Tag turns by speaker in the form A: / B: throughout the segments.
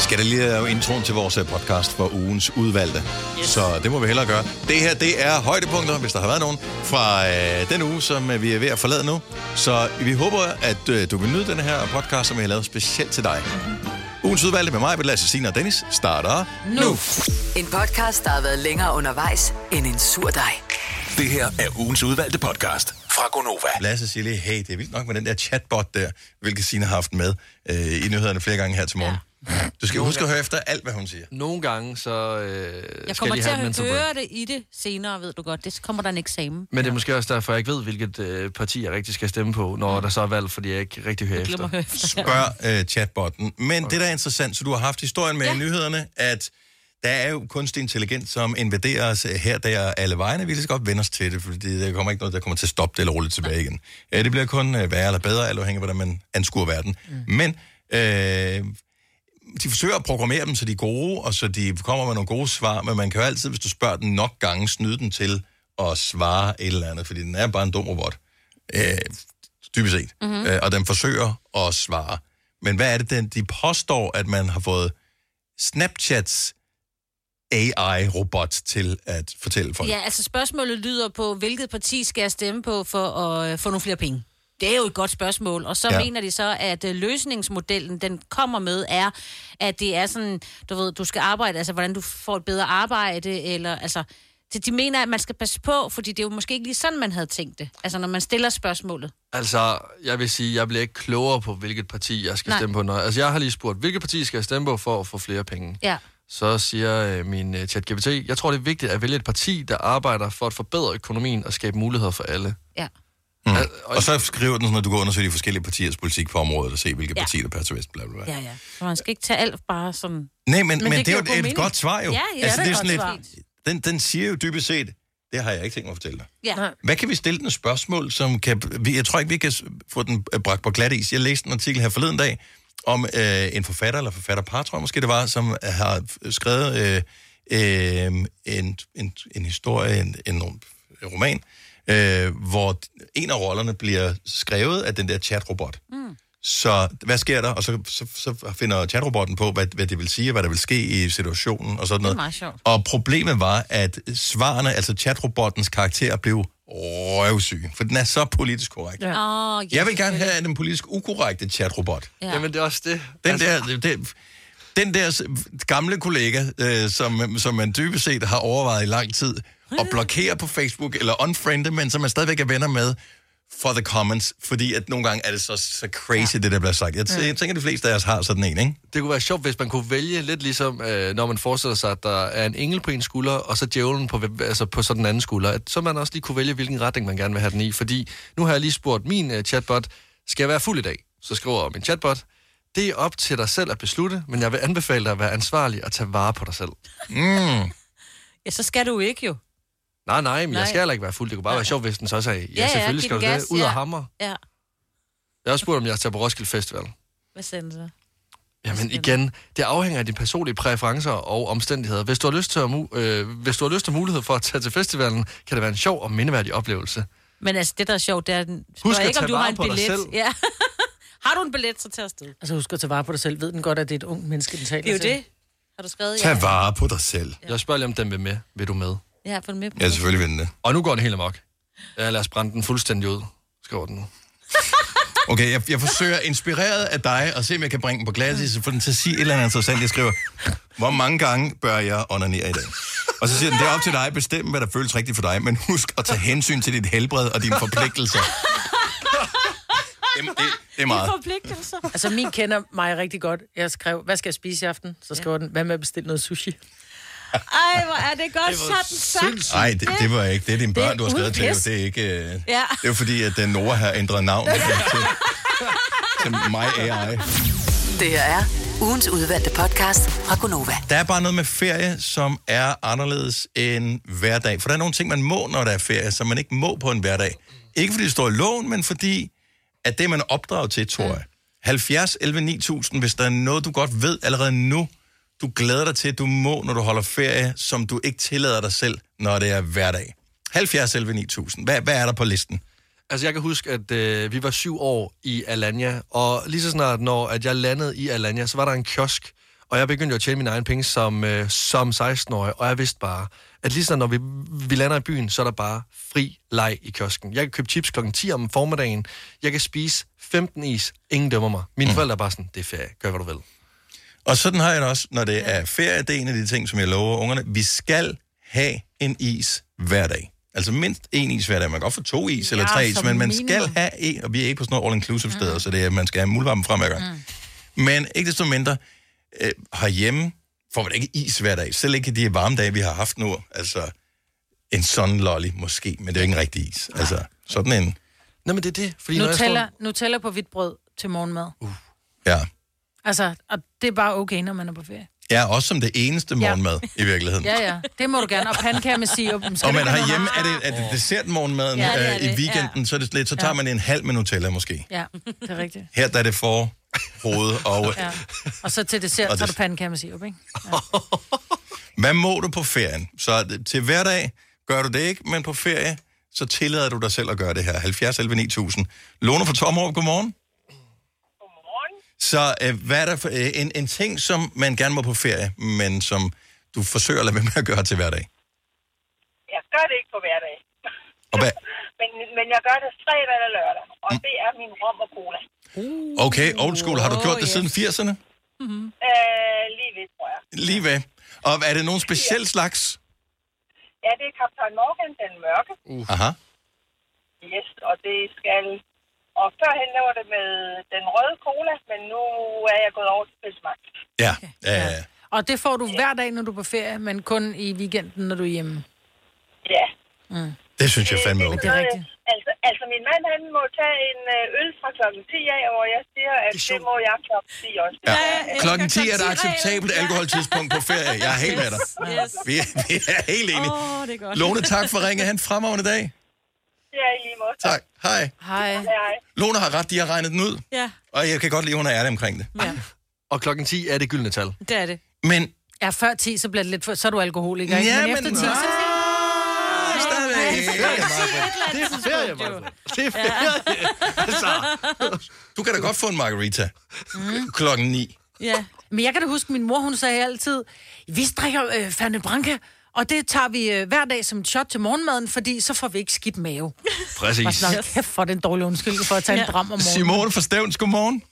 A: skal da lige lave introen til vores øh, podcast for ugens udvalgte. Yes. Så det må vi hellere gøre. Det her, det er højdepunkter, hvis der har været nogen, fra øh, den uge, som øh, vi er ved at forlade nu. Så vi håber, at øh, du vil nyde den her podcast, som vi har lavet specielt til dig. Ugens udvalgte med mig, med Lasse Signe og Dennis, starter nu.
B: En podcast, der har været længere undervejs end en sur dej.
C: Det her er ugens udvalgte podcast fra Gonova.
A: Lasse siger lige, hey, det er vildt nok med den der chatbot der, hvilket Signe har haft med øh, i nyhederne flere gange her til morgen. Ja. Du skal huske at høre efter alt, hvad hun siger.
D: Nogle gange, så øh,
E: Jeg
D: skal
E: kommer
D: lige
E: til
D: have den,
E: at
D: mens jeg
E: høre det i det senere, ved du godt. Det kommer der en eksamen.
D: Men det er måske også derfor, jeg ikke ved, hvilket øh, parti jeg rigtig skal stemme på, når der så er valg, fordi jeg ikke rigtig hører
E: Glem
D: efter.
E: at høre efter.
A: Spørg øh, chatbotten. Men okay. det, der er interessant, så du har haft historien med ja. nyhederne, at der er jo kunstig intelligens, som invaderer os øh, her, der og alle vejene. Vi kan lige så godt vende os til det, fordi der kommer ikke noget, der kommer til at stoppe det eller rulle tilbage igen. Øh, det bliver kun øh, værre eller bedre, alt afhængig af, hvordan man anskuer verden. Mm. Men øh, de forsøger at programmere dem, så de er gode, og så de kommer med nogle gode svar, men man kan jo altid, hvis du spørger den nok gange, snyde den til at svare et eller andet, fordi den er bare en dum robot. Øh, dybest set.
E: Mhm.
A: Mm-hmm. Øh, og den forsøger at svare. Men hvad er det, den, de påstår, at man har fået Snapchats AI-robot til at fortælle folk?
E: Ja, altså spørgsmålet lyder på, hvilket parti skal jeg stemme på for at øh, få nogle flere penge? Det er jo et godt spørgsmål. Og så
A: Ja.
E: ja. mener de så, at øh, løsningsmodellen, den kommer med, er, at det er sådan, du ved, du skal arbejde, altså hvordan du får et bedre arbejde, eller altså... det- De mener, at man skal passe på, fordi det er jo måske ikke lige sådan, man havde tænkt det. Altså, når man stiller spørgsmålet.
D: Altså, jeg vil sige, jeg bliver ikke klogere på, hvilket parti jeg skal Nej.
E: Nej.
D: stemme på. Når, altså, jeg har lige spurgt, hvilket parti skal jeg stemme på for at få flere penge?
E: Ja.
D: Så siger øh, min øh, chat-GPT, jeg tror, det er vigtigt at vælge et parti, der arbejder for at forbedre økonomien og skabe muligheder for alle.
E: Ja.
A: Mm.
D: Al- og-
A: Og så skriver den sådan, at du går og undersøger de forskellige partiers politik på området, og se, hvilke
E: Ja.
A: partier der passer bedst, bla bla bla.
E: Ja, ja. Så man skal ikke tage alt bare sådan...
A: Nej, men, men,
E: det
A: men det, er
E: giver
A: jo
E: god
A: et, et
E: mening.
A: godt svar jo. Altså,
E: Ja, ja, det er et
A: sådan
E: godt
A: lidt- den, den siger jo dybest set, det har jeg ikke tænkt mig at fortælle dig.
E: Ja.
A: Hvad kan vi stille den et spørgsmål, som kan... vi- Jeg tror ikke, vi kan s- få den øh, bragt på glat is. Jeg læste en artikel her forleden dag om øh, en forfatter, eller forfatterpar, tror jeg måske det var, som har f- skrevet øh, øh, en, en, en historie, en, en rom- roman, øh, hvor d- en af rollerne bliver skrevet af den der chatrobot. Mm. Så hvad sker der? Og så, så, så finder chatrobotten på, hvad, hvad det vil sige, og hvad der vil ske i situationen og sådan noget.
E: meget sjovt.
A: Og problemet var, at svarene, altså chatrobottens karakter, blev røvsyg, for den er så politisk korrekt. Ja.
E: Åh, ja. Oh,
A: Jeg vil gerne have den politisk ukorrekte chatrobot.
D: Ja. Jamen, det er også det. Altså,
A: Den der, den, den der s- gamle kollega, øh, som, som man dybest set har overvejet i lang tid, at blokere på Facebook eller unfriende, men som man stadigvæk er venner med, for the comments, fordi at nogle gange er det så, så crazy, ja. det der bliver sagt. Jeg, t- jeg tænker, de fleste af os har sådan en, ikke?
D: Det kunne være sjovt, hvis man kunne vælge lidt ligesom, øh, når man forestiller sig, at der er en engel på en skulder, og så djævlen på, altså på sådan en anden skulder. At, så man også lige kunne vælge, hvilken retning man gerne vil have den i. Fordi nu har jeg lige spurgt min øh, chatbot, skal jeg være fuld i dag? Så skriver min chatbot, det er op til dig selv at beslutte, men jeg vil anbefale dig at være ansvarlig og tage vare på dig selv.
E: ja, så skal du ikke jo.
D: Nej, nej, men nej. jeg
E: Nej.
D: skal heller ikke være fuld. Det kunne bare være sjovt, hvis den så sagde, ja,
E: ja,
D: selvfølgelig
E: giv
D: skal
E: den
D: du det.
E: gas,
D: Ud
E: ja.
D: og hammer.
E: Ja.
D: Jeg har også spurgt, om jeg tager på Roskilde Festival.
E: Hvad siger den så?
D: Jamen igen, det afhænger af dine personlige præferencer og omstændigheder. Hvis du har lyst til at, mu- øh, hvis du har lyst til mulighed for at tage til festivalen, kan det være en sjov og mindeværdig oplevelse.
E: Men altså, det der er sjovt, det er, den spørger
D: at
E: ikke, om
D: tage
E: du har
D: vare
E: en
D: på dig
E: billet.
D: selv.
E: Ja. har du en billet, så tag afsted.
F: Altså husk at tage vare på dig selv. Ved den godt, at det er et ungt menneske, den taler
E: Det er jo
F: til?
E: det. Har du skrevet?
A: Tag vare på dig selv.
D: Ja. Jeg spørger lige, om den vil med. Vil du med?
E: Ja, jeg har fået den med på
A: Ja,
E: det.
A: selvfølgelig vil den det.
D: Og nu går den helt amok. Ja, lad os brænde den fuldstændig ud, skriver den nu.
A: Okay, jeg, jeg forsøger inspireret af dig at se, om jeg kan bringe den på glas, så få den til at sige et eller andet interessant. Jeg skriver, hvor mange gange bør jeg onanere i dag? Og så siger den, det er op til dig at bestemme, hvad der føles rigtigt for dig, men husk at tage hensyn til dit helbred og dine forpligtelser. Det, det, det er meget.
E: Forpligtelser.
F: Altså min kender mig rigtig godt. Jeg skrev, hvad skal jeg spise i aften? Så skrev den, hvad med at bestille noget sushi?
E: Ej, hvor er det godt sådan sagt.
A: Nej, det, det var jeg ikke. Det er dine børn, du har skrevet til. jo.
E: udpis.
A: Det er ikke... Øh... Det
E: Ja.
A: er jo fordi, at den Nora har ændret navn til, til My AI.
B: Det her er ugens udvalgte podcast fra Gonova.
A: Der er bare noget med ferie, som er anderledes end hverdag. For der er nogle ting, man må, når der er ferie, som man ikke må på en hverdag. Ikke fordi det står i loven, men fordi, at det er man er opdraget til, tror jeg. 70, 11, 9000, hvis der er noget, du godt ved allerede nu, du glæder dig til, at du må, når du holder ferie, som du ikke tillader dig selv, når det er hverdag. 70, 11, 9000. Hvad, hvad er der på listen?
D: Altså, jeg kan huske, at øh, vi var syv år i Alanya, og lige så snart, når at jeg landede i Alanya, så var der en kiosk, Og jeg begyndte jo at tjene mine egne penge som, øh, som 16-årig, og jeg vidste bare, at lige så når vi, vi lander i byen, så er der bare fri leg i kiosken. Jeg kan købe chips klokken 10 om formiddagen. Jeg kan spise 15 is. Ingen dømmer mig. Mine mm. forældre er bare sådan, det er ferie. Gør, hvad du vil.
A: Og sådan har jeg det også, når det er ferie. Det er en af de ting, som jeg lover ungerne. Vi skal have en is hver dag. Altså mindst en is hver dag. Man kan godt få to is eller
E: Ja,
A: tre is,
E: som
A: men man
E: minimum.
A: skal have en, og vi er ikke på sådan nogle all-inclusive steder, så det er, man skal have muldvarmen frem hver gang. Mm. Men ikke desto mindre, øh, herhjemme får man ikke is hver dag. Selv ikke de varme dage, vi har haft nu. Altså en sådan lolly måske, men det er jo ikke en rigtig is. Altså sådan en,
D: Nej, men det er det. Fordi når jeg står-
F: Nutella, Nutella på hvidt brød til morgenmad.
A: ja.
F: Altså, og det er bare okay, når man er på ferie.
A: Ja, også som det eneste morgenmad i virkeligheden.
F: Ja, ja, det må du gerne. Og pandekager med sirup.
A: Og
F: Skal det
A: man
F: være noget-
A: herhjemme, er det, er det dessertmorgenmaden
E: Ja, det er
A: ja, øh, i
E: det,
A: weekenden, ja. så, er det lidt, så tager man en halv med Nutella måske.
F: Ja, det er rigtigt.
A: Her der er det for hoved og... øh,
F: Ja.
A: Ja.
F: Og så til dessert,
A: Og
F: så er
A: det-
F: du pandekager med sirup, ikke?
A: Hvad må du på ferien? Så er det- til hverdag gør du det ikke, men på ferie, så tillader du dig selv at gøre det her. 70 11 9000. Lone fra Tommerup, godmorgen.
G: Godmorgen.
A: Så øh, hvad er der for, øh, en, en ting, som man gerne må på ferie, men som du forsøger at lade være med at gøre til hverdag?
G: Jeg gør det ikke på hverdag.
A: Og hvad, Mm.
G: Men, men jeg gør det fredag eller lørdag, og det er min rom og cola.
A: okay, old school, har du gjort det siden 80'erne?
G: Øh, lige ved, tror jeg.
A: Lige ved. Og er det nogen speciel slags?
G: Ja, det er Kaptajn Morgan, den mørke.
A: Aha.
G: Yes, og det skal... Og førhen laver det med den røde cola, men nu er jeg gået over til pølsemagt.
A: Ja, ja, ja. ja.
F: Og det får du hver dag, når du er på ferie, men kun i weekenden, når du er hjemme.
G: Ja.
A: Det synes jeg fandme
F: Det
A: okay.
F: er rigtigt.
G: Altså, altså, min mand, han må tage en øh, øl fra klokken 10 af, og jeg siger, at det, må jeg klokken 10 også.
A: Ja. Klokken 10 er der acceptabelt alkoholtidspunkt på ferie. Jeg er helt med dig.
E: Yes.
A: Vi er, vi er helt enige.
E: Åh, oh, det er godt.
A: Lone, tak for ringe. Han fremragende dag.
G: Ja, i lige måde.
A: Tak. Hej.
F: Hej.
G: Hej.
A: Lone har ret, de har regnet den ud.
E: Ja,
A: Og jeg kan godt lide, at hun er ærlig omkring det.
E: ja,
D: Og klokken 10 er det gyldne tal.
E: det er det.
A: Men,
F: Ja, før 10, så bliver det lidt for... Så er du alkoholiker, ikke?
A: ja,
F: men efter 10,
A: nej,
F: så...
A: stadigvæk.
D: Det er ferie, Maja. Det er ferie. Altså, Så.
A: Du kan da godt få en margarita
F: Mm.
A: klokken 9.
E: Ja.
F: Men jeg kan da huske, min mor, hun sagde altid, vi drikker øh, Fanta Branca, og det tager vi øh, hver dag som et shot til morgenmaden, fordi så får vi ikke skidt mave. Og
D: Præcis.
F: sådan, yes. kæft for den dårlige undskyldning for at tage en bram om morgenen.
A: Simone fra Stævns, godmorgen.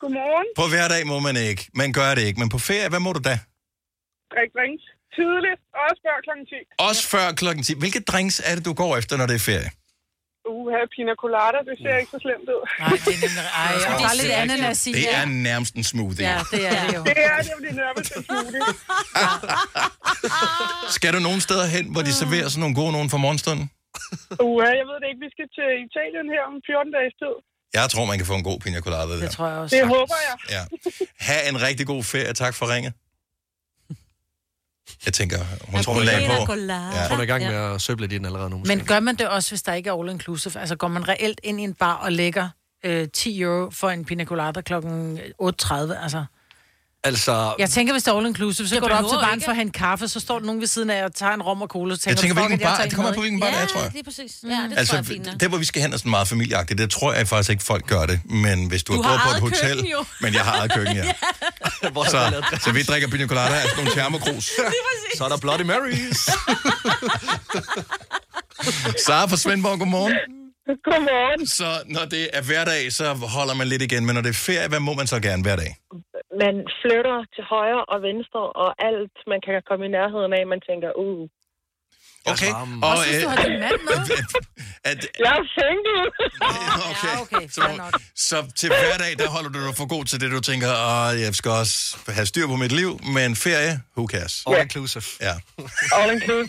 G: Godmorgen.
A: På hverdag må man ikke. Man gør det ikke. Men på ferie, hvad må du da?
G: Drik drinks. Tidligt. Også før klokken 10.
A: Også før klokken 10. Hvilke drinks er det, du går efter, når det er ferie?
G: Uha, pina colada, det ser ikke så slemt ud.
F: Nej, det er nemlig... Ej, og der er lidt ananas i.
A: Det
F: ja.
A: er nærmest en smoothie.
F: Ja, det er det jo.
G: Det er det, det nærmest en smoothie.
A: Skal du nogen steder hen, hvor de serverer sådan nogle gode nogen fra morgenstunden?
G: Uha, jeg ved det ikke. Vi skal til Italien her om 14 dages tid.
A: Jeg tror, man kan få en god pina colada
F: Det
A: der.
F: tror jeg også.
G: Det håber jeg.
A: Ja. Ha' en rigtig god ferie. Tak for ringet. Jeg tænker, hun tror, hun lagde på.
E: Ja.
D: Hun er i gang med at søble lidt ind allerede nu. Måske.
F: Men gør man det også, hvis der ikke er all inclusive? Altså går man reelt ind i en bar og lægger øh, 10 euro for en pina colada kl. 8.30? Altså,
D: altså,
F: jeg tænker, hvis det er all inclusive, så
E: Jeg
F: går du op til
E: behøver
F: baren
E: ikke.
F: for at hente kaffe, så står der nogen ved siden af og tager en rom og cola, så tænker,
A: Jeg tænker,
F: du, fuck
A: hvilken
F: it, jeg
A: bar,
F: tager
A: det
F: en
A: kommer an
F: med,
A: på, hvilken bar det er, tror jeg.
E: Ja, lige præcis. Ja, det tror jeg er
A: Altså,
E: fint nok.
A: det, hvor vi skal hen, er sådan meget familieagtigt. Det tror jeg faktisk ikke, folk gør det. Men hvis du,
E: Du
A: har
E: har
A: gået på et
E: eget
A: hotel...
E: køkken, jo.
A: Men jeg har eget køkken, ja.
D: hvor så,
A: Så, så vi drikker pina colada af sådan nogle termokrus.
D: så er der Bloody Marys.
A: Sara fra Svendborg, godmorgen.
G: Godmorgen.
A: Så når det er hverdag, så holder man lidt igen. Men når det er ferie, hvad må man så gerne hver dag?
G: Man flytter til højre og venstre, og alt, man kan komme i nærheden af, man tænker, uh,
A: Okay. øh,
D: varmen.
F: Og Altså, synes du, har din mand med?
A: at,
G: jeg er single.
A: okay.
F: Ja, okay, fair
A: så,
F: nok.
A: så til hverdag, der holder du dig for god til det, du tænker, åh, jeg skal også have styr på mit liv, men ferie, who cares?
D: All inclusive.
A: Ja.
G: All inclusive.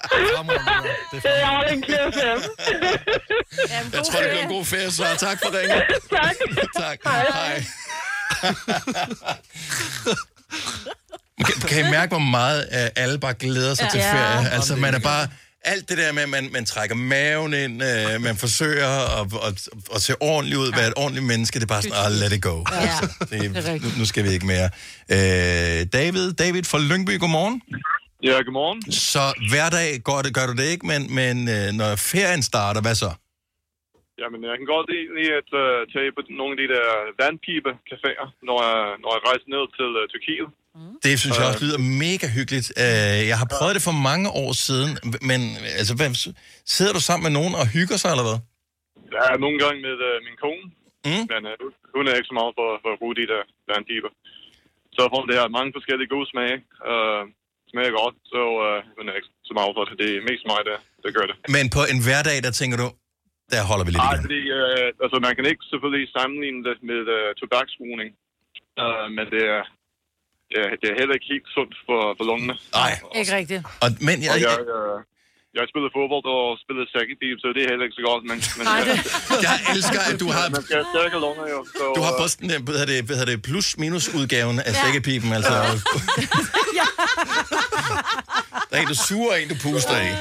D: Det er
G: Det er all inclusive.
A: Jeg tror, det bliver en god ferie, så tak for ringen.
G: tak.
A: tak. Hej. kan, kan I mærke, hvor meget uh, alle bare glæder sig ja. til ferie? Altså, man er bare... Alt det der med, at man, man trækker maven ind, øh, man forsøger at, at, at se ordentligt ud, være et ordentligt menneske, det er bare sådan, ah, let it go. Ja. Altså, det,
F: Det er
A: nu,
F: rigtigt.
A: nu skal vi ikke mere. Øh, David, David fra Lyngby, godmorgen.
H: Ja, godmorgen.
A: Så hver dag går det, gør du det ikke, men, men øh, når ferien starter, hvad så?
H: Jamen, jeg kan godt lide at uh, tage på nogle af de der vandpipe-caféer, når jeg, når jeg rejser ned til uh, Tyrkiet.
A: Det synes jeg også lyder mega hyggeligt. Øh, Jeg har prøvet det for mange år siden, men altså, hvem, sidder du sammen med nogen og hygger sig, eller hvad?
H: Jeg er nogle gange med uh, min kone,
A: Mm.
H: men uh, hun er ikke så meget for, for at bruge de der vandpiber. Så får hun det her mange forskellige gode smage. Uh, smager godt, så uh, hun er ikke så meget for det. Det er mest mig, der, der gør det.
A: Men på en hverdag, der tænker du, der holder vi lidt
H: Nej,
A: igen.
H: fordi øh, altså, man kan ikke selvfølgelig sammenligne det med øh, tobaksrugning, øh, men det er, det, er, det er heller ikke helt sundt for, for lungene.
A: Nej,
F: Ikke rigtigt.
A: og, men
H: Og
A: jeg,
H: jeg,
A: jeg,
H: øh, jeg spillede fodbold og spillede sækkepip, så det er heller ikke så godt, men, men
F: Nej, det...
A: jeg elsker, at du har,
H: man skal have stærke lunger jo. Så,
A: du har
H: øh,
A: posten, der, hvad hedder det, hvad hedder det plus-minus-udgaven af sækkepipen. Altså. Der er en, du suger, og en, du puster af.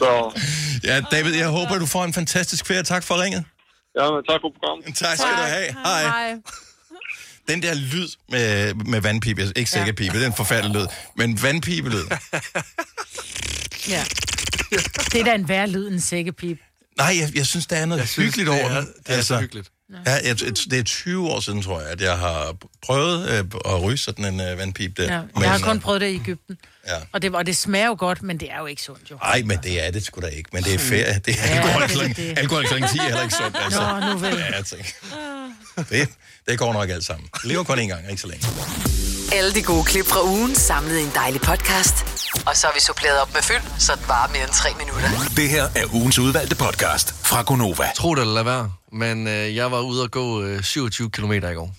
H: så,
A: Ja, David, jeg håber, du får en fantastisk ferie. Tak for ringet.
H: ja, men tak for programmet.
A: Tak skal du have. Hej. Den der lyd med, med vandpipe, altså ikke sækkepipe, det er en forfærdelig lyd, men vandpipelyd.
F: Ja. Det er da en værre lyd, en sækkepip.
A: Nej, jeg, jeg synes, der er noget jeg
D: synes,
A: hyggeligt
D: det
A: over
D: er-
A: den. Altså,
D: det er så hyggeligt.
A: Ja, jeg, jeg- det er 20 år siden, tror jeg, at jeg har prøvet øh, at ryge sådan en øh, vandpipe der.
F: Ja.
A: Men,
F: Jeg har kun
A: øh,
F: prøvet det i Ægypten.
A: Ja.
F: Og det, og det smager jo godt, men det er jo ikke sundt, jo.
A: Ej, men det er det sgu da ikke. Men det er ferie. Det er
F: Ja,
A: alkohol
F: det er
A: klokken-
F: det.
A: alkohol klokken 10 er heller ikke sundt. Altså.
F: Nå, nu Ah. vel.
A: Ja, jeg tænker. Det, det går nok alt sammen. Jeg lever kun én gang, ikke så længe.
B: Alle de gode klip fra ugen samlet i en dejlig podcast. Og så har vi suppleret op med fyld, så det varer mere end tre minutter.
C: Det her er ugens udvalgte podcast fra Gonova.
D: Tro det eller lad være, men øh, jeg var ude og gå øh, 27 km i går.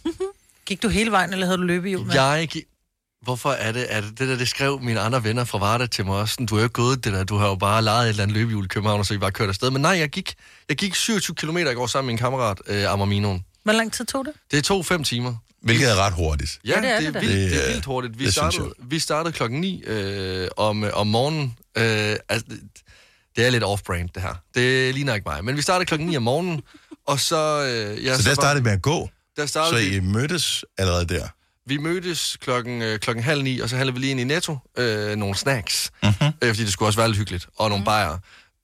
F: Gik du hele vejen, eller havde du løbehjul med?
D: Jeg gik... Hvorfor er det, at det der, det skrev mine andre venner fra Varda til mig også, sådan, du har jo ikke gået det der, du har jo bare lejet et eller andet løbehjul i København, og så I bare kørt afsted. Men nej, jeg gik, jeg gik 27 km i går sammen med min kammerat, øh, Amarminoen.
F: Hvor lang tid tog det?
D: Det tog 5 timer.
A: Hvilket er ret hurtigt.
D: Ja, det er, det,
F: da.
D: er vildt, det
A: Det er-
D: er vildt hurtigt. Vi
A: det synes
D: startede, vi startede klokken 9 øh, om, øh, om morgenen. Øh, altså, det- det er lidt off-brand, det her. Det ligner ikke mig. Men vi startede klokken 9 om morgenen, og så... Øh, ja,
A: Så der
D: var-
A: startede med at gå.
D: der
A: Så
D: startede vi,
A: I mødtes allerede der.
D: vi mødtes klokken, øh, klokken halv ni, og så handlede vi lige ind i Netto øh, nogle snacks.
A: Mhm.
D: Mm-hmm. Øh, fordi det skulle også være lidt hyggeligt. Og nogle mm. bajere.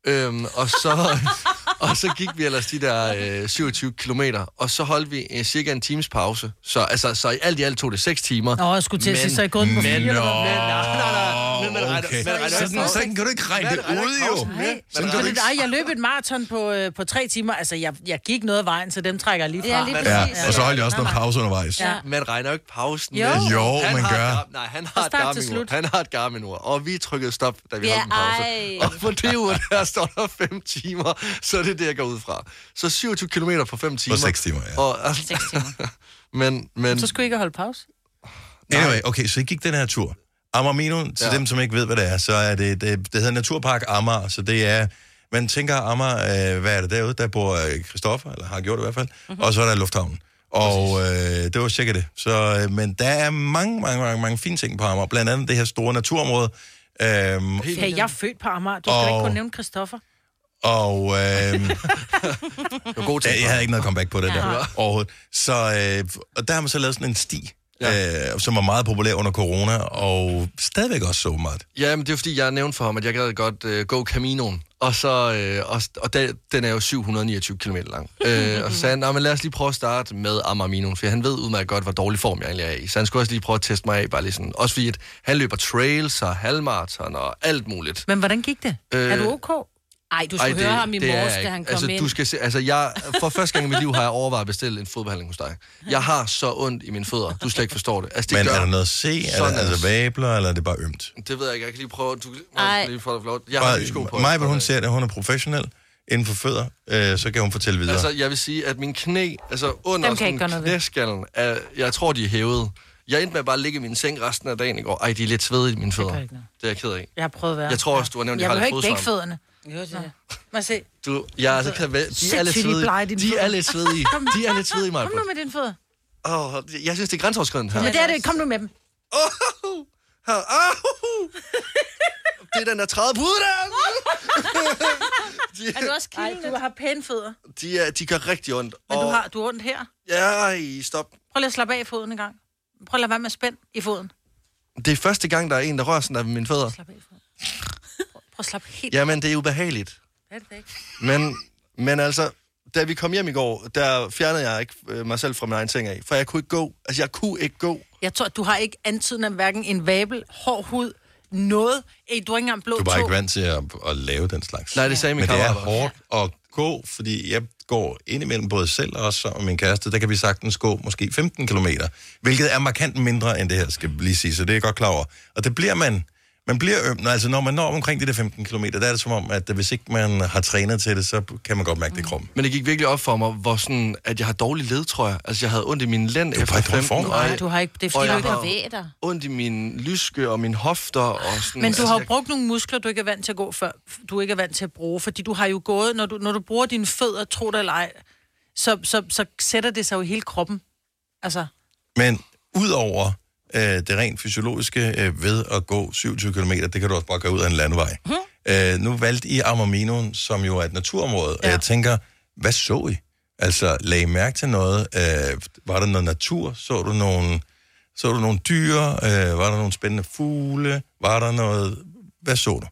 D: Øhm, og, så, og så gik vi ellers de der øh, 27 kilometer, og så holdt vi øh, cirka en times pause. Så, altså, så i alt i alt tog det 6 timer.
F: Nå, jeg skulle til at sige, så er jeg gået den på fire.
A: Men,
F: eller
A: nå,
F: hvad?
A: okay.
D: men- men-
A: Sådan, sådan kan du ikke regne det ud, jo.
F: Nej,
A: Sådan
F: sådan
A: kan du
F: det,
A: ikke...
F: ej, jeg løb et maraton på, øh, på tre timer. Altså, jeg, jeg gik noget af vejen, så dem trækker jeg lige fra.
E: Ja, lige præcis.
A: Ja, og så holdt jeg også nogle pauser undervejs.
F: Ja.
D: Man regner jo ikke pausen
F: Jo.
D: med.
A: Jo,
D: han
A: man
D: har et
A: gør.
D: Gar- nej, han har, et
F: start til
D: garmin
F: slut.
D: han har et garmin ur og vi trykkede stop, da vi
E: Ja,
D: holdt en pause.
E: ej.
D: Og på det ur, der står der 5 timer, så er det det, jeg går ud fra. Så 27 km på 5 timer.
A: seks timer, ja.
D: Og, altså,
E: 6 timer.
D: men, men,
F: Så skulle I ikke holde pause.
A: Anyway, okay, så I gik den her tur. Amarmino, til ja.
D: Ja.
A: dem, som ikke ved, hvad det er, så er det, det, det hedder Naturpark Amager, så det er, man tænker Amager, øh, hvad er det derude, der bor øh, Christoffer, eller har gjort det i hvert fald, mm-hmm. og så er der Lufthavnen. Og øh, det var cirka det. Så, øh, men der er mange, mange, mange, mange fine ting på Amager, blandt andet det her store naturområde, øhm,
F: Ja, jeg er født på Amager. Du skal da
A: Og-
F: ikke kunne nævne Christoffer.
A: og øhm,
D: det var god til.
A: jeg, jeg havde ikke noget comeback på det der overhovedet. Så, øh, og der har man så lavet sådan en sti, ja. øh, som var meget populær under corona, og stadigvæk også så meget.
D: Ja, men det er fordi, jeg nævnte for ham, at jeg gad godt øh, gå Caminoen. Og, så, øh, og, og da, den er jo 729 km lang. Øh, og så sagde han, "Nå, men lad os lige prøve at starte med Amarminoen, for han ved udmærket godt, hvor dårlig form jeg egentlig er i. Så han skulle også lige prøve at teste mig af, bare lige sådan. Også fordi, at han løber trails og halvmarathon og alt muligt.
F: Men hvordan gik det?
D: Øh,
F: er du ok?
E: Ej, du skulle Ej, det, høre ham i
D: er
E: morges,
D: jeg
E: da
D: ikke.
E: han kom
D: altså,
E: ind.
D: Du skal se, altså, jeg, for første gang i mit liv har jeg overvejet at bestille en fodbehandling hos dig. Jeg har så ondt i mine fødder. Du slet ikke forstår det. Altså, det
A: Men
D: gør,
A: er der noget at se? Er
D: Sådan
A: der,
D: er
A: altså
D: det.
A: vabler, eller er det bare ømt?
D: Det ved jeg ikke. Jeg kan lige prøve... Du,
E: Ej.
D: Ej. Lige for, for, jeg har nye sko på.
A: Maja, hun ser det, hun er professionel inden for fødder, øh, så kan hun fortælle videre.
D: Altså,
A: Altså,
D: jeg vil sige, at min knæ, altså under
F: Dem kan jeg ikke gøre
D: sådan
F: noget ved. gør
D: Det
F: ikke noget.
D: er jeg ked af.
F: Jeg har prøvet at være.
D: Jeg tror også, du har nævnt, at
F: jeg
D: jeg har
F: vil
D: lidt
F: ikke begge
D: fodsvamp.
F: fødderne. Jo, det er Må se.
D: Du, jeg er så ked af, de er lidt
F: Sindssygt, de er
D: svedige.
F: blege, dine
D: De er
F: fødder.
D: lidt svedige. De er lidt svedige, Maja.
F: Kom nu med dine fødder.
D: Åh, jeg synes, det er grænseoverskridende her.
F: Men det er det. Kom nu med dem.
D: Her. Au! Det er den der 30 pude der!
E: Er du også
F: Nej,
E: kilden?
F: du har pæne fødder.
D: De, er, de gør rigtig ondt.
F: Men du
D: og-
F: har, du har ondt her.
D: Ja, i- stop.
F: Prøv lige at slappe af i foden en gang. Prøv at lade være med at spænde i foden.
D: Det er første gang, der er en, der rører sådan der ved mine fødder.
F: Slap af i foden. Prøv- Prøv og slappe helt ja.
D: Jamen, det er ubehageligt.
F: er det ikke?
D: Men, men altså, da vi kom hjem i går, der fjernede jeg ikke øh, mig selv fra min egen seng af, for jeg kunne ikke gå. Altså, jeg kunne ikke gå.
F: Jeg tror, du har ikke antydet om hverken en vabel, hård hud, noget. Ej, du har ikke engang blå
A: Du er bare
F: tå.
A: ikke vant til at, at lave den slags.
D: Nej, det sagde min
A: Men det er
D: kammerat også.
A: hårdt at gå, fordi jeg går indimellem både selv og også og min kæreste, der kan vi sagtens gå måske 15 km, hvilket er markant mindre end det her, skal lige sige, så det er jeg godt klar over. Og det bliver man, man bliver øm, når- altså når man når omkring de der 15 km, der er det som om, at hvis ikke man har trænet til det, så kan man godt mærke det i kroppen.
D: Men det gik virkelig op for mig, hvor sådan, at jeg har dårlig led, tror jeg. Altså, jeg havde ondt i min lænd
A: bare
D: efter
A: ikke nogen
D: 15
A: form.
D: år.
F: Nej, du har ikke... Det er
D: Og
F: fordi, du
D: jeg
F: ikke
D: har-
F: har...
E: Bevæg dig.
D: Ondt i min lyske og mine hofter og
A: Mm.
D: sådan.
F: Men du
D: altså,
F: har jo
D: jeg-
F: brugt nogle muskler, du ikke er vant til at gå før. Du ikke er vant til at bruge, fordi du har jo gået... Når du, når du bruger dine fødder, tro det eller ej, så, så, så sætter det sig jo i hele kroppen. Altså,
A: Men udover øh, det rent fysiologiske øh, ved at gå 27 km, det kan du også bare gøre ud af en landevej.
D: Mhm.
A: Mm. Øh, nu valgte I Amarminoen, som jo er et naturområde, ja. og
F: Ja.
A: jeg tænker, hvad så I? Altså, lagde I mærke til noget? Øh, var der noget natur? Så du nogle, så du nogle dyr? Øh, var der nogle spændende fugle? Var der noget... Hvad så du?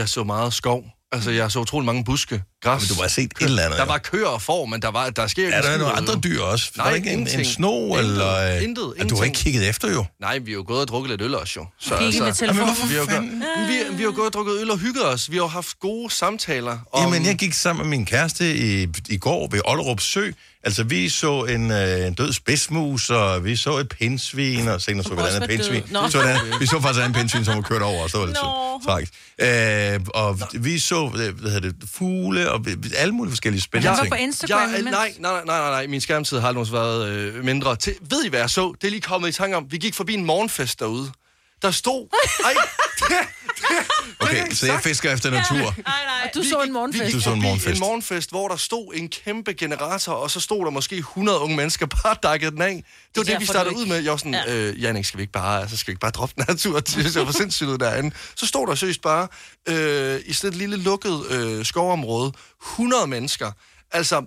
D: Jeg så meget skov. Altså, jeg så utrolig mange buske, græs.
A: Men du har set et eller andet.
D: Der
A: jo.
D: var køer og får, men der, var, der sker ikke
A: er
D: en
A: der
D: skid
A: nogle
D: derude.
A: andre dyr også?
D: Nej,
A: var der ikke en, en
D: ingenting.
A: sno?
D: Intet.
A: eller, øh,
D: Intet.
A: og Du har
D: Ingenting.
A: ikke kigget efter, jo.
D: Nej, vi har jo gået og drukket lidt øl også, jo. Så, altså-
F: Kigge med
A: altså- Jamen,
F: telefonen.
A: hvorfor
D: vi, har jo
A: fanden?
D: gået, vi, vi har gået og drukket øl og hygget os. Vi har jo haft gode samtaler. Om,
A: Jamen, jeg gik sammen med min kæreste i, i går ved Ollerup Sø. Altså, vi så en, øh, en død spidsmus, og vi så et pindsvin, og senere så vi et
E: også
A: andet
E: være død.
A: pindsvin.
E: Nå.
A: Så et andet, vi så faktisk et andet pindsvin, som var kørt over os. Det var lidt
E: Nå.
A: sødt. tragisk. Øh, og vi så, øh, hvad hedder det, fugle, og vi- vi- alle mulige forskellige spændende
F: Jeg var
A: ting.
F: på Instagram
D: jeg,
F: imens.
D: nej, nej, nej, nej, nej, min skærmtid har aldrig været øh, mindre. Til, ved I, hvad jeg så? Det er lige kommet i tanke om. Vi gik forbi en morgenfest derude. Der stod... Ej, det,
A: Okay, så jeg fisker efter natur.
F: Og du så en morgenfest.
A: Du så en
D: forbi
A: morgenfest.
D: en morgenfest, hvor der stod en kæmpe generator, og så stod der måske 100 unge mennesker bare dækket den af. Det var det,
E: derfor,
D: vi
E: du
D: startede
E: ikke-
D: ud med. Jeg var sådan, ja. øh, Jannik, skal vi ikke bare, altså, skal vi ikke bare droppe den her tur? Det synes jeg var sindssygt ud derinde. Så stod der søst bare, øh, i sådan et lille lukket øh, skovområde, 100 mennesker, altså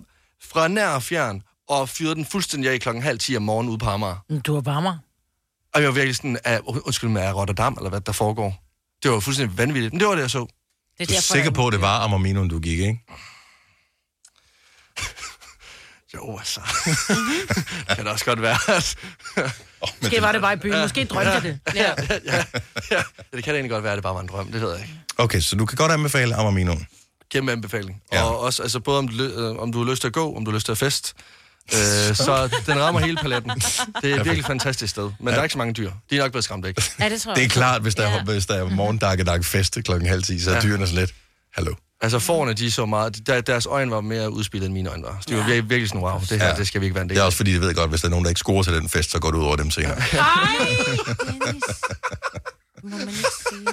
D: fra nær og fjern, og fyrede den fuldstændig af klokken halv 10 om morgenen ude på Amager.
F: Men Du er varmere.
D: Og jeg var virkelig sådan, er, undskyld mig, er Rotterdam, eller hvad der foregår? Det var fuldstændig vanvittigt, men det var det, jeg så.
E: Det
A: Du er sikker på, at det var Amarminoen, du gik, ikke?
D: Jo, altså. det kan da også godt være, at...
F: Måske var det bare i byen. Måske drømte jeg det.
D: ja, ja, ja. Det kan da egentlig godt være, at det bare var en drøm. Det ved jeg ikke.
A: Okay, så du kan godt anbefale Amarminoen.
D: Kæmpe anbefaling.
A: Ja.
D: Ja. Og også, altså, både om du, ly- øh, om du har lyst til at gå, om du har lyst til at fest. Øh, så den rammer hele paletten. Det er et virkelig fantastisk sted. Men ja. der er ikke så mange dyr. De er nok blevet skræmt væk.
E: Ja, det tror jeg.
A: Det er
E: også.
A: klart, hvis der,
E: Ja.
A: er, hvis der er morgendakkedak fest klokken halv 10, så er
D: Ja.
A: dyrene sådan lidt, hallo.
D: Altså, forerne, de så meget... Der, deres øjne var mere udspillet, end mine øjne var. Så de var virkelig, virkelig sådan, wow, det her,
A: Ja.
D: det skal vi ikke være en del
A: Det er
D: af.
A: også fordi, de ved godt, hvis der er nogen, der ikke scorer til den fest, så går det ud over dem senere.
E: Ej, Dennis. Må man ikke sige.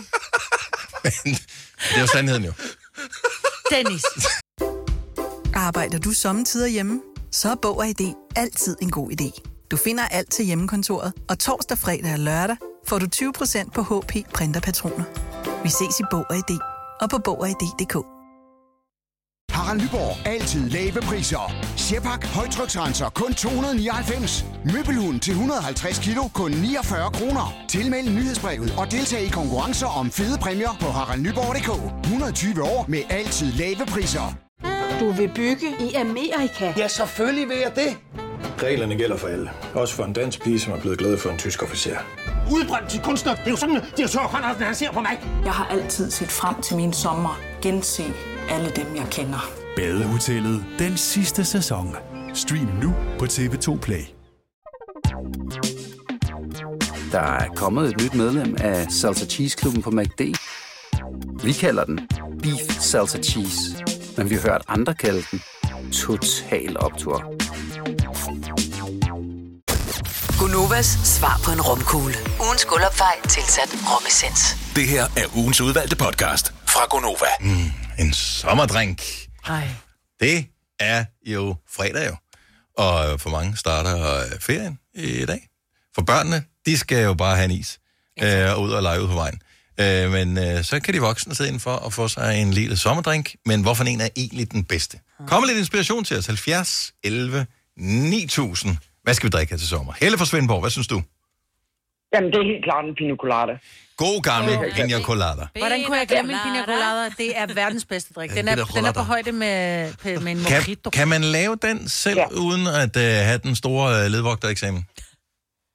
A: Det er jo sandheden jo.
F: Dennis.
I: Arbejder du sommetider hjemme? Så er Bog og ID altid en god idé. Du finder alt til hjemmekontoret, og torsdag, fredag og lørdag får du 20% på HP Printerpatroner. Vi ses i Bog og ID og på Bog og ID.dk.
J: Harald Nyborg. Altid lave priser. Sjehpak. Højtryksrenser. Kun 299. Møbelhund til 150 kilo. Kun 49 kroner. Tilmeld nyhedsbrevet og deltag i konkurrencer om fede præmier på haraldnyborg.dk. 120 år med altid lave priser.
K: Du vil bygge i Amerika?
J: Ja, selvfølgelig vil jeg det.
C: Reglerne gælder for alle. Også for en dansk pige, som er blevet glad for en tysk officer.
J: Udbrøndt til kunstner. Det er jo sådan, det er så Conradsen, han ser på mig.
K: Jeg har altid set frem til min sommer. Gense alle dem, jeg kender.
C: Badehotellet. Den sidste sæson. Stream nu på TV2 Play.
L: Der er kommet et nyt medlem af Salsa Cheese Klubben på MACD. Vi kalder den Beef Salsa Cheese. Men vi har hørt andre kalde den Total Optor.
B: Gunovas svar på en romkugle. Ugens guldopfej tilsat romessens.
C: Det her er ugens udvalgte podcast fra Gonova.
A: En sommerdrink.
F: Ej.
A: Det er jo fredag jo. Og for mange starter øh, ferien i dag. For børnene, de skal jo bare have en is. Øh, og ud og lege ud på vejen. Øh, men øh, så kan de voksne sidde indenfor og få sig en lille sommerdrink. Men hvorfor en er egentlig den bedste? Kom med lidt inspiration til os. 70, 11, 9000. Hvad skal vi drikke her til sommer? Helle fra Svendborg, hvad synes du?
M: Jamen, det er helt klart en pina colada.
A: God gamle pina colada.
F: Hvordan kunne jeg glemme en pina colada? Det er verdens bedste drik. Den er,
A: Pina
F: den er på
A: colada.
F: højde med, med en
A: Kan,
F: mojito.
A: kan man lave den selv, ja. uden at uh, have den store uh, ledvogtereksamen?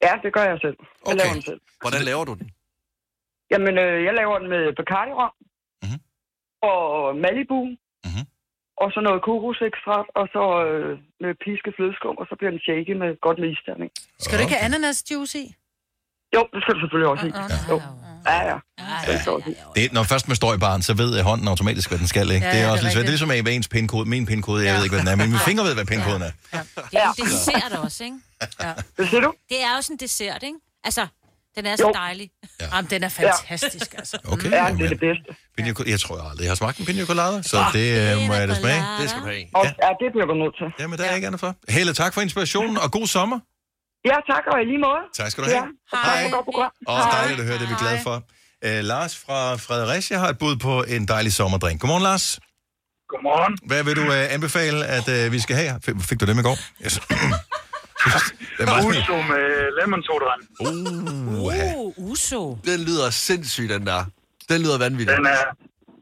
M: Ja, det gør jeg selv. Jeg okay. laver den selv.
A: Hvordan laver du den?
M: Jamen, øh, jeg laver den med bacardi rom mm-hmm.
A: Mhm.
M: og Malibu, mm-hmm. og så noget kokosekstrat, og så øh, med pisket flødeskum, og så bliver den shaken med godt med isterning.
F: Skal du ikke have ananasjuice i?
M: Jo, det skal du selvfølgelig også i. Jo. Ja, ah, ja. Det skal også i.
A: Det, når først man står i baren, så ved jeg hånden automatisk, hvad den skal.
M: Ja,
A: Ikke? Ja, det er
M: ja, det er
A: også lidt svært. Det er
M: rigtigt.
A: ligesom med ens pindkode. Min pindkode, jeg ved ikke, hvad den er, men min finger ved, hvad pindkoden er.
E: Det er en dessert også, ikke? Ja.
M: Hvad siger du?
E: Det er også en dessert, ikke? Altså, den er så
F: Jo.
E: dejlig.
A: Ja.
F: Jamen, den er fantastisk, altså.
A: Okay,
F: Ja,
A: det er det bedste. Pina, jeg tror jeg aldrig, jeg har smagt en pina colada, så
F: Ah,
A: det øh, må
F: pina
A: jeg da smage.
F: colada.
A: Det skal du have.
M: Og, ja, det bliver du nødt til.
A: Jamen, der er ikke andet for. Helle, tak for inspirationen, og god sommer.
M: Ja, tak, og i lige måde.
A: Tak skal du have.
M: Ja. Hej.
A: Og dejligt at høre, det er vi glade for. Uh, Lars fra Fredericia har et bud på en dejlig sommerdrink. Godmorgen, Lars.
N: Godmorgen.
A: Hvad vil du uh, anbefale, at uh, vi skal have? Fik, fik du dem i går? Yes. det var sådan,
N: Uso med lemon sodavand.
E: Uh, uso.
D: Den lyder sindssygt, den der. Den lyder vanvittig.
N: Den, er,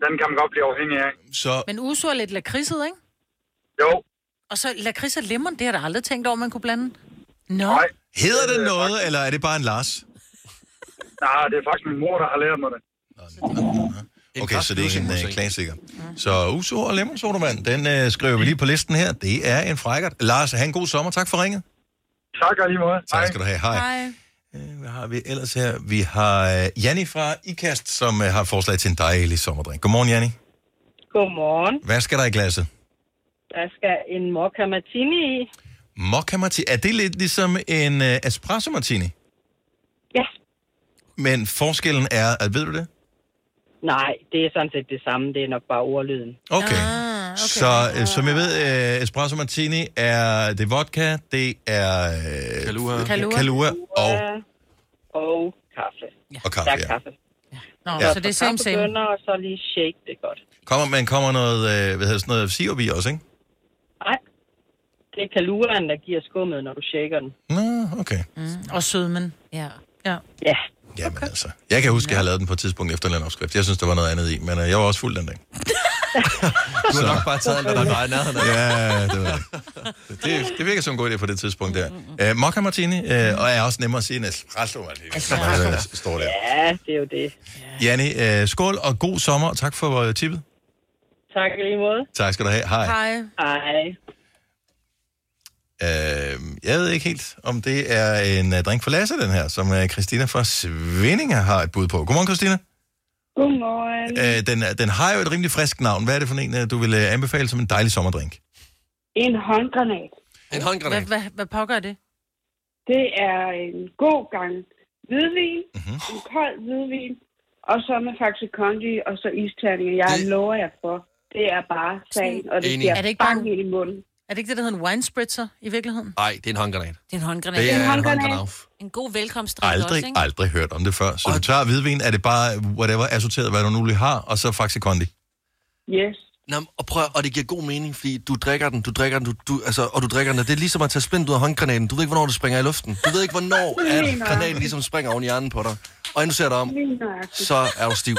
N: den kan man godt blive afhængig af.
A: Så...
F: Men uso er lidt lakridset, ikke?
N: Jo.
F: Og så lakrids og lemon, det har jeg da aldrig tænkt over, man kunne blande. Nå. Nej.
A: hedder det noget, eller er det bare en Lars?
N: Nej, Ah, det er faktisk min mor, der har lært mig det.
A: Okay, så det er ikke en uh, klassiker. Så Uso og lemonsodavand, den uh, skriver vi lige på listen her. Det er en frækkert. Lars, have en god sommer. Tak for ringet.
N: Tak og lige måde.
A: Tak skal du have. Hej. Øh, Hvad har vi ellers her? Vi har øh, Janni fra IKAST, som øh, har et forslag til en dejlig sommerdrink. Godmorgen, Janni.
O: Godmorgen.
A: Hvad skal der i glasset?
O: Der skal en mokka martini i.
A: Mokka martini. Er det lidt ligesom en øh, espresso martini?
O: Ja.
A: Men forskellen er, at ved du det?
O: Nej, det er sådan set det samme. Det er nok bare ordlyden.
A: Okay. Ah, okay. Så øh, som jeg ved, øh, espresso martini er det er vodka, det er øh, kalua.
F: Kalua.
A: kalua og,
O: Og kaffe.
A: og kaffe. Ja.
F: Nå,
A: Ja.
F: ja. så det er same, same.
O: Bønner, og så lige shake det godt.
A: Kommer, man kommer noget, øh, hvad hedder sådan noget sirup i også, ikke?
O: Nej, det er kaluren, der giver skummet, når du shaker den.
A: Nå, okay.
F: Mm. Og sødmen. Ja. Ja.
O: Ja.
A: Jamen okay. altså. Jeg kan huske, at jeg har lavet den på et tidspunkt efter en eller anden opskrift. Jeg synes, der var noget andet i, men øh, jeg var også fuld den dag.
D: Du har nok bare taget alt, hvad der var i nærheden af.
A: Ja, det var det. det. Det virker som en god idé på det tidspunkt der. Øh, Mokka Martini, øh, og er også nemmere at sige en espresso Martini. som der, øh, Står der.
O: Ja, det er jo det.
A: Janni, øh, skål og god sommer, og tak for øh, tippet.
O: Tak i lige måde.
A: Tak skal du have. Hej.
O: Hej.
A: Øh, jeg ved ikke helt, om det er en øh, drink for Lasse, den her, som øh, Christina fra Svinninge har et bud på. Godmorgen, Christina.
P: Godmorgen.
A: Øh, den, er- den har jo et rimelig frisk navn. Hvad er det for en, øh, du vil øh, anbefale som en dejlig sommerdrink?
P: En håndgranat.
D: En
F: Hvad, hvad, hvad pokker er det?
P: Det er en god gang hvidvin,
D: Mhm.
P: mm-hmm. en kold hvidvin, og så med Faxe Kondi, og så isterninger. Jeg det... lover jer for, det er bare sagen, og det
D: Enig.
P: bliver
D: Er det
F: ikke
P: bang ind i munden.
F: Er det ikke det, der hedder en wine spritzer i virkeligheden?
D: Nej, det er en håndgranat.
E: Det er en håndgranat.
D: Det er en håndgranat.
E: En god velkomstdrik også,
A: Aldrig,
E: ikke?
A: aldrig hørt om det før. Så du tager hvidvin, er det bare whatever assorteret, hvad du nu lige har, og så Faxe Kondi.
P: Yes.
D: Nå, men- og prøv, og det giver god mening, fordi du drikker den, du drikker den, du, du, altså, og du drikker den, og det er ligesom at tage splint ud af håndgranaten. Du ved ikke, hvornår du springer i luften. Du ved ikke, hvornår
P: Lige
D: at
P: nøjagtigt.
D: granaten ligesom springer oven i hjernen på dig. Og inden du ser dig om,
P: Lige nøjagtigt.
D: så er du stiv.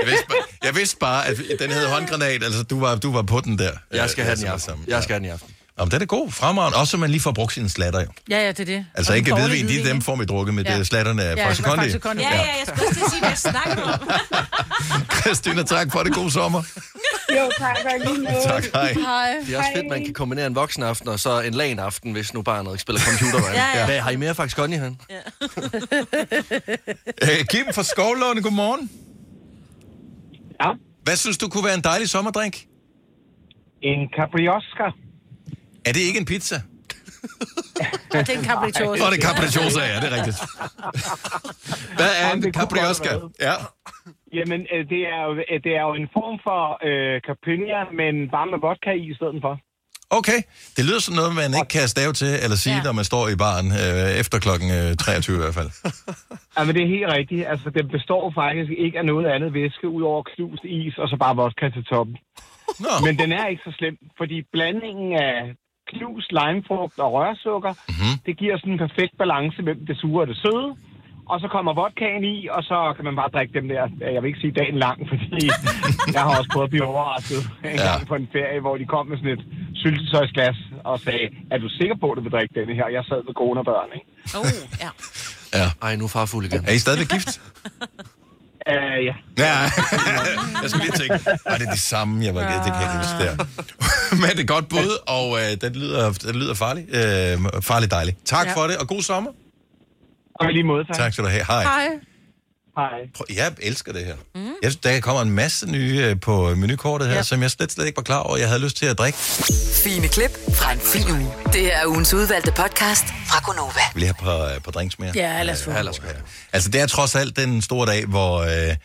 A: Jeg vidste bare, jeg vidste bare at den hed håndgranat, altså du var, du var på den der.
D: Jeg skal
A: Øh,
D: have den
A: altså,
D: i aften.
A: sammen.
D: Jeg skal have den i aften.
A: Jamen, den er god fremragende, også så man lige får brugt sine slatter jo.
F: Ja, ja, det er det.
A: Altså
F: Og
A: ikke
F: den
A: hvidvin,
F: dårlige
A: de dem får vi drukket med
F: Ja.
A: ja. slatterne af Faxe
F: Ja,
A: Kondi.
F: Faxe Kondi.
E: Ja, ja, jeg skulle også til at sige, hvad jeg snakker om.
A: Christina, tak for det. God sommer.
P: Jo, tak, og i lige måde.
D: Tak,
A: hej.
F: Hej.
D: Det er også fedt, man kan kombinere en voksenaften og så en lan aften, hvis nu barnet ikke spiller computer.
A: Ja, ja.
D: Hvad har I mere faktisk godt i han?
A: Øh, Kim fra Skovlåne, godmorgen. Ja. Hvad synes du kunne være en dejlig sommerdrink?
Q: En capriosca.
A: Er det ikke en pizza?
F: Og det er en capricciosa.
A: Og det er capricciosa, ja, det er rigtigt. Hvad er en capriosca? Ja.
Q: Jamen, øh, det er, jo, øh, det er jo en form for øh, Caprinia, men bare med vodka i i stedet for.
A: Okay, det lyder som noget, man ikke kan stave til eller sige, ja. når man står i baren øh, efter klokken øh, 23 i hvert fald.
Q: Jamen, det er helt rigtigt. Altså, den består faktisk ikke af noget andet væske, udover knust is og så bare vodka til toppen.
A: Nå.
Q: Men den er ikke så slem, fordi blandingen af
A: Mhm.
Q: knus, limefrugt og rørsukker, mm-hmm. det giver sådan en perfekt balance mellem det sure og det søde.
R: og så kommer vodkaen i, og så kan man bare drikke dem der, jeg vil ikke sige dagen lang, fordi jeg har også prøvet at blive overrasket en ja. gang på en ferie, hvor de kom med sådan et syltetøjsglas og sagde, er du sikker på, at du vil drikke denne her? Og jeg sad med kone og børn, ikke?
E: Oh, ja.
A: Ja.
D: Ej, nu er far fuld igen.
A: Er I stadigvæk gift?
R: Uh, ja.
A: Ja, jeg skulle lige tænke, var det er det samme, jeg var givet, det kan jeg ikke huske der. Men det er godt bud, og øh, den lyder, den lyder farlig, øh, farlig dejlig. Tak
R: Ja.
A: ja. for det, og god sommer.
R: Og lige måde, tak.
A: Tak skal du have. Hej. Hej.
R: Hej.
A: Prøv, jeg elsker det her. Mm. Jeg, synes, der kommer en masse nye øh, på menukortet her, ja. som jeg slet, slet ikke var klar over, jeg havde lyst til at drikke.
B: Fine klip fra en fin uge. Det her er ugens udvalgte podcast fra Gonova.
A: Vi lige have et par, øh, par drinks mere.
B: Ja, lad os få.
A: Ja, lad os få. Altså, det er trods alt den store dag, hvor øh,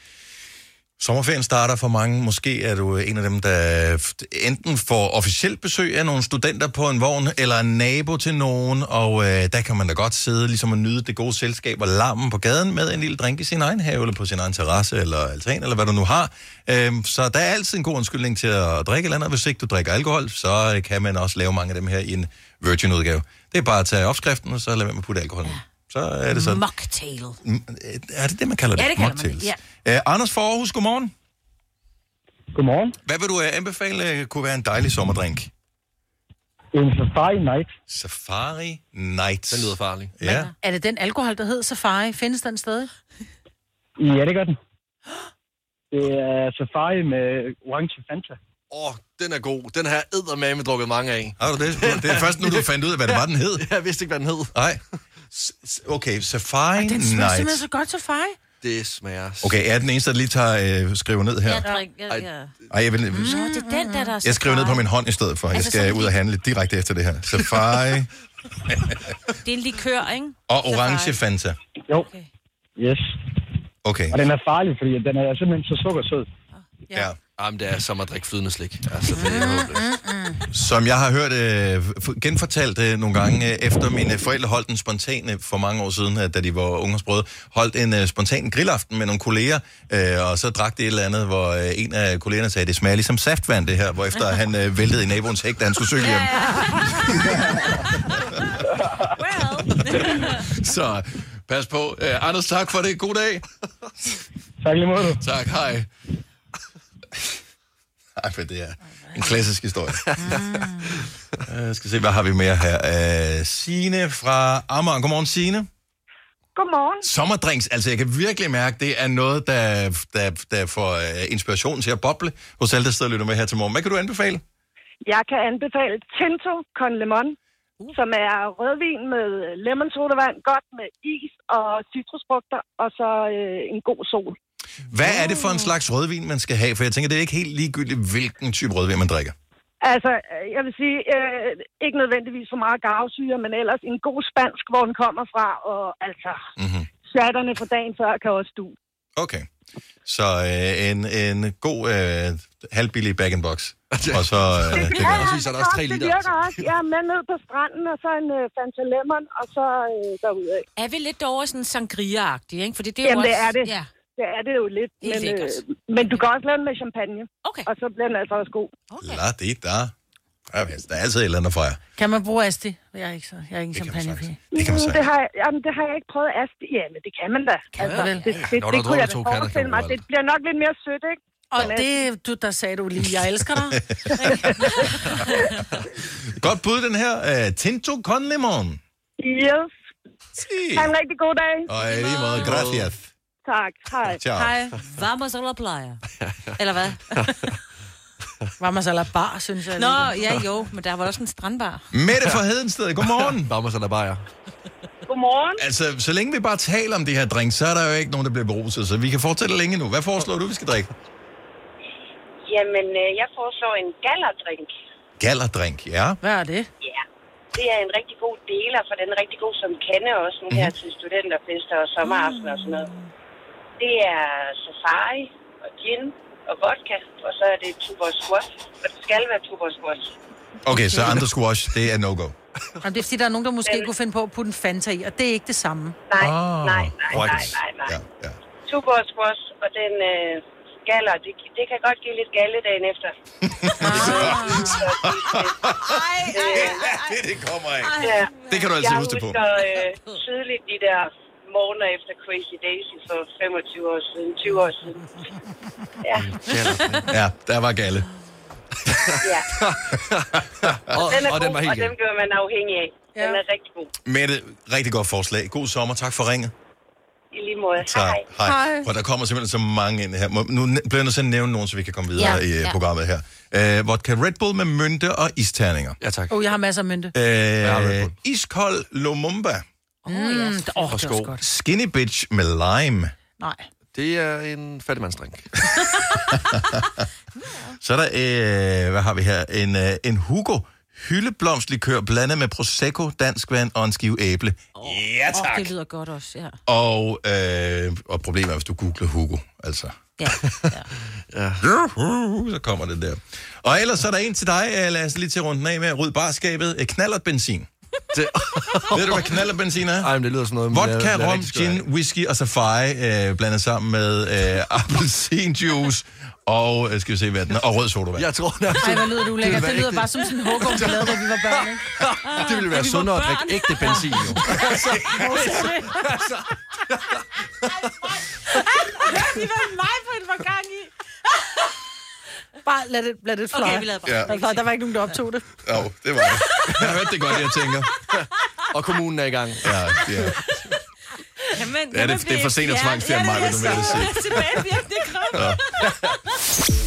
A: sommerferien starter for mange. Måske er du en af dem, der f- enten får officielt besøg af nogle studenter på en vogn, eller en nabo til nogen, og øh, der kan man da godt sidde ligesom og nyde det gode selskab og larmen på gaden med en lille drink i sin egen have, eller på sin egen terrasse, eller altan, eller hvad du nu har. Øh, så der er altid en god undskyldning til at drikke eller andet. Hvis ikke du drikker alkohol, så øh, kan man også lave mange af dem her i en virgin-udgave. Det er bare at tage opskriften, og så lade være med at putte alkohol i. Så er det sådan.
E: Mocktail.
A: Mm, Er det det, man kalder det?
E: Ja, det kalder man
A: Mocktails.
E: det. Ja.
A: Øh, Anders for Aarhus, godmorgen.
J: Godmorgen.
A: Hvad vil du øh, anbefale øh, kunne være en dejlig sommerdrink?
J: En safari night.
A: Safari Night. Den
D: lyder farlig.
A: Ja.
F: Er det den alkohol, der hedder Safari? Findes den stadig?
J: Ja, det gør den. Det er safari med orange Fanta.
D: Åh, oh, den er god. Den har jeg eddermame drukket mange af.
A: Har du det? Det er først nu, du fandt ud af, hvad det var, den hed.
D: Jeg vidste ikke, hvad den hed.
A: Nej. S- s- Okay, Safari
F: Den smager
A: Night.
F: simpelthen så godt, Safari.
D: Det smager.
A: Okay, er jeg den eneste, der lige tager øh, skriver ned her?
F: Jeg drikker,
A: Ej,
F: ja.
A: Ej, jeg, vil,
E: Nå, det er den der, der er
A: jeg
E: så
A: skriver ned på
E: farlig.
A: min hånd i stedet for. Jeg
E: Altså,
A: skal
E: sådan
A: ud og
E: lige-
A: handle direkte efter det her. Safari
E: Det er en likør, ikke?
A: og orange Fanta.
J: Jo. Yes.
A: Okay.
J: Og den er farlig, fordi den er simpelthen så sukkersød.
A: Ja.
D: Jamen, Ah, det er som at drikke flydende slik. Altså, det er
F: Mm-hmm.
D: håbløst.
A: Som jeg har hørt øh, f- genfortalt øh, nogle gange, øh, efter mine forældre holdt en spontan, øh, for mange år siden, øh, da de var ungdomsbrød, holdt en øh, spontan grillaften med nogle kolleger, øh, og så drak det et eller andet, hvor øh, en af kollegerne sagde, det smager ligesom saftvand det her, hvorefter han øh, væltede i naboens hæk, da han skulle søge hjem. så pas på. Øh, Anders, tak for det. God dag.
J: tak lige måde.
A: Tak, hej. Ej, for det er en klassisk historie. Jeg skal se, hvad har vi mere her. Øh, Signe fra Amager. Godmorgen, Signe.
G: Godmorgen.
A: Sommerdrinks, altså jeg kan virkelig mærke, det er noget, der, der, der får øh, inspiration til at boble hos alle, der sidder og lytter med her til morgen. Hvad kan du anbefale?
G: Jeg kan anbefale Tinto con Lemon, som er rødvin med lemon sodavand, godt med is og citrusfrugter, og så øh, en god sol.
A: Hvad er det for en slags rødvin, man skal have? For jeg tænker, det er ikke helt ligegyldigt, hvilken type rødvin man drikker.
G: Altså, øh, jeg vil sige, øh, ikke nødvendigvis for meget garvesyre, men ellers en god spansk, hvor den kommer fra, og altså,
A: Mm-hmm.
G: chatterne fra dagen før kan også du.
A: Okay. Så øh, en, en god øh, halvbillig bag-in-box. Og så... Øh, det kan
G: ja, godt, det virker også. Jeg er med ned på stranden, og så en øh, Fanta Lemon, og så øh, derudad.
E: Er vi lidt over sådan sangria-agtig, ikke? Fordi det er
G: Jamen,
E: jo
G: det
E: også...
G: er det.
E: Ja.
G: Det er det jo lidt.
E: Det er
G: Men, øh,
E: lækkert.
G: men du kan også lave den med champagne.
E: Okay.
G: Og så bliver den altså også god.
A: La det der. Ja, men Der er altid et eller andet at fejre.
F: Kan man bruge Asti? Jeg er ikke, så, jeg er ikke en champagnepige.
A: Det kan man
G: Mm,
A: sige.
G: det, har jeg, jamen, det har jeg ikke prøvet at Ja, men det kan man da. Kan
F: man vel?
G: Det,
F: Ja,
G: det,
F: ja.
G: det,
F: Når der
G: det
F: er
G: kunne
F: drukket
G: jeg da
F: to kander, kan
G: forestille
F: man
G: mig.
F: bruge
G: Det bliver nok lidt mere sødt, ikke?
F: Og det, du, der sagde du lige, jeg elsker dig.
A: Godt bud, den her. Uh, Tinto con limon.
G: Yes. Ha' en rigtig god dag.
A: Og i lige måde, gracias.
G: Tak. Hej.
A: Ciao.
E: Hej. Vamos a la playa. Eller hvad?
F: Vamos a la bar, synes jeg.
E: Nå, ja jo, men der var også en strandbar.
A: Mette fra Hedensted, godmorgen.
D: Vamos eller bajer.
G: Godmorgen.
A: Altså, så længe vi bare taler om det her drink, så er der jo ikke nogen, der bliver beruset, så vi kan fortsætte længe nu. Hvad foreslår du, vi skal drikke?
S: Jamen, øh, jeg foreslår en gallerdrink.
A: Gallerdrink, ja.
F: Hvad er det?
S: Ja. Det er en rigtig god deler, for den er rigtig god som kande også nu
A: Mhm.
S: her til studenterfester og sommeraften og sådan noget.
A: Mm.
S: Det er safari og gin og vodka, og så er det tuborg squash. Og det skal være tuborg squash.
A: Okay, så andre squash, det er no-go.
F: Jamen, det er fordi, der er nogen, der måske kunne finde på at putte en Fanta i, og det er ikke det samme.
S: Nej, nej,
A: Ah,
S: nej, nej,
A: korrekt.
S: nej, nej. Tuborg squash og den øh, galler, det, det kan godt give lidt galle dagen efter.
E: Ej,
A: ej, ej. Det kommer af.
S: Ja.
A: Det kan du altid
S: jeg
A: huske det på.
S: husker, øh, tydeligt de der
T: måneder efter Crazy Daisy for 25 år siden, 20 år siden. Ja.
F: Mm-hmm.
A: Ja, der var galle.
T: ja.
A: og,
T: Den er god,
A: og den var helt
T: og den
A: galt.
T: bliver man afhængig af. Den er rigtig god.
A: Mette, rigtig godt forslag. God sommer. Tak for ringet.
T: I lige måde.
A: Tak. Hej. Hej. For der kommer simpelthen så mange ind her. Må- Nu næ- bliver jeg nødt til at nævne nogen, så vi kan komme videre
F: Ja,
A: i øh,
F: ja.
A: programmet her. Øh, vodka Red Bull med mynte og isterninger.
D: Ja, tak.
F: Åh, oh, jeg har masser af mynte.
A: Øh, iskold Lumumba.
F: Åh, oh, ja. Mm, oh, det er også godt.
A: Skinny Bitch med lime.
F: Nej.
D: Det er en fattigmandsdrink.
A: Så er der, øh, hvad har vi her? En, øh, en Hugo hyldeblomstlikør blandet med Prosecco, dansk vand og en skive æble. Ja,
E: Oh,
A: tak.
E: det lyder godt også, ja.
A: Og, øh, og problemet er, hvis du googler Hugo, altså.
E: Ja,
A: ja. Juhu, så kommer det der. Og ellers så er der en til dig, øh, lad os lige til runden af med, ryd barskabet, øh, knallert benzin. Det... Ved du, hvad knallert benzin er?
D: Ej, men det lyder sådan noget... men jeg- jeg
A: Vodka,
D: er
A: rom,
D: rigtig skør.
A: gin, whisky og safari øh, blandet sammen med øh, appelsinjuice og, øh, skal vi se, hvad den er, og rød sodavand.
D: Jeg tror nærmest...
F: Ej, hvor lyder du lækker. Det lyder bare som sådan en hukum, vi lavede, da vi var børn, ikke?
D: Det ville
F: Da
D: være
F: vi var
D: sundere at
F: børn.
D: drikke ægte benzin, jo.
F: Altså, hvor ser det?
E: Det var mig på et var gang i.
F: Bare lad det, lad det fløje.
E: Okay, vi lader
A: bare. Ja.
F: Altså, der var ikke nogen, der optog det.
A: Jo, det var det. Jeg hørte det godt, jeg tænker.
D: Og kommunen er i gang.
A: Ja, ja.
E: Jamen,
A: det- det er for sent at tvangsfjerne mig, vil du vel sige.
E: Tilbagevirkende kraft.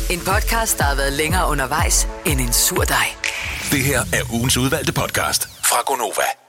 A: Ja.
B: En podcast, der har været længere undervejs end en sur dej.
M: Det her er ugens udvalgte podcast fra Gonova.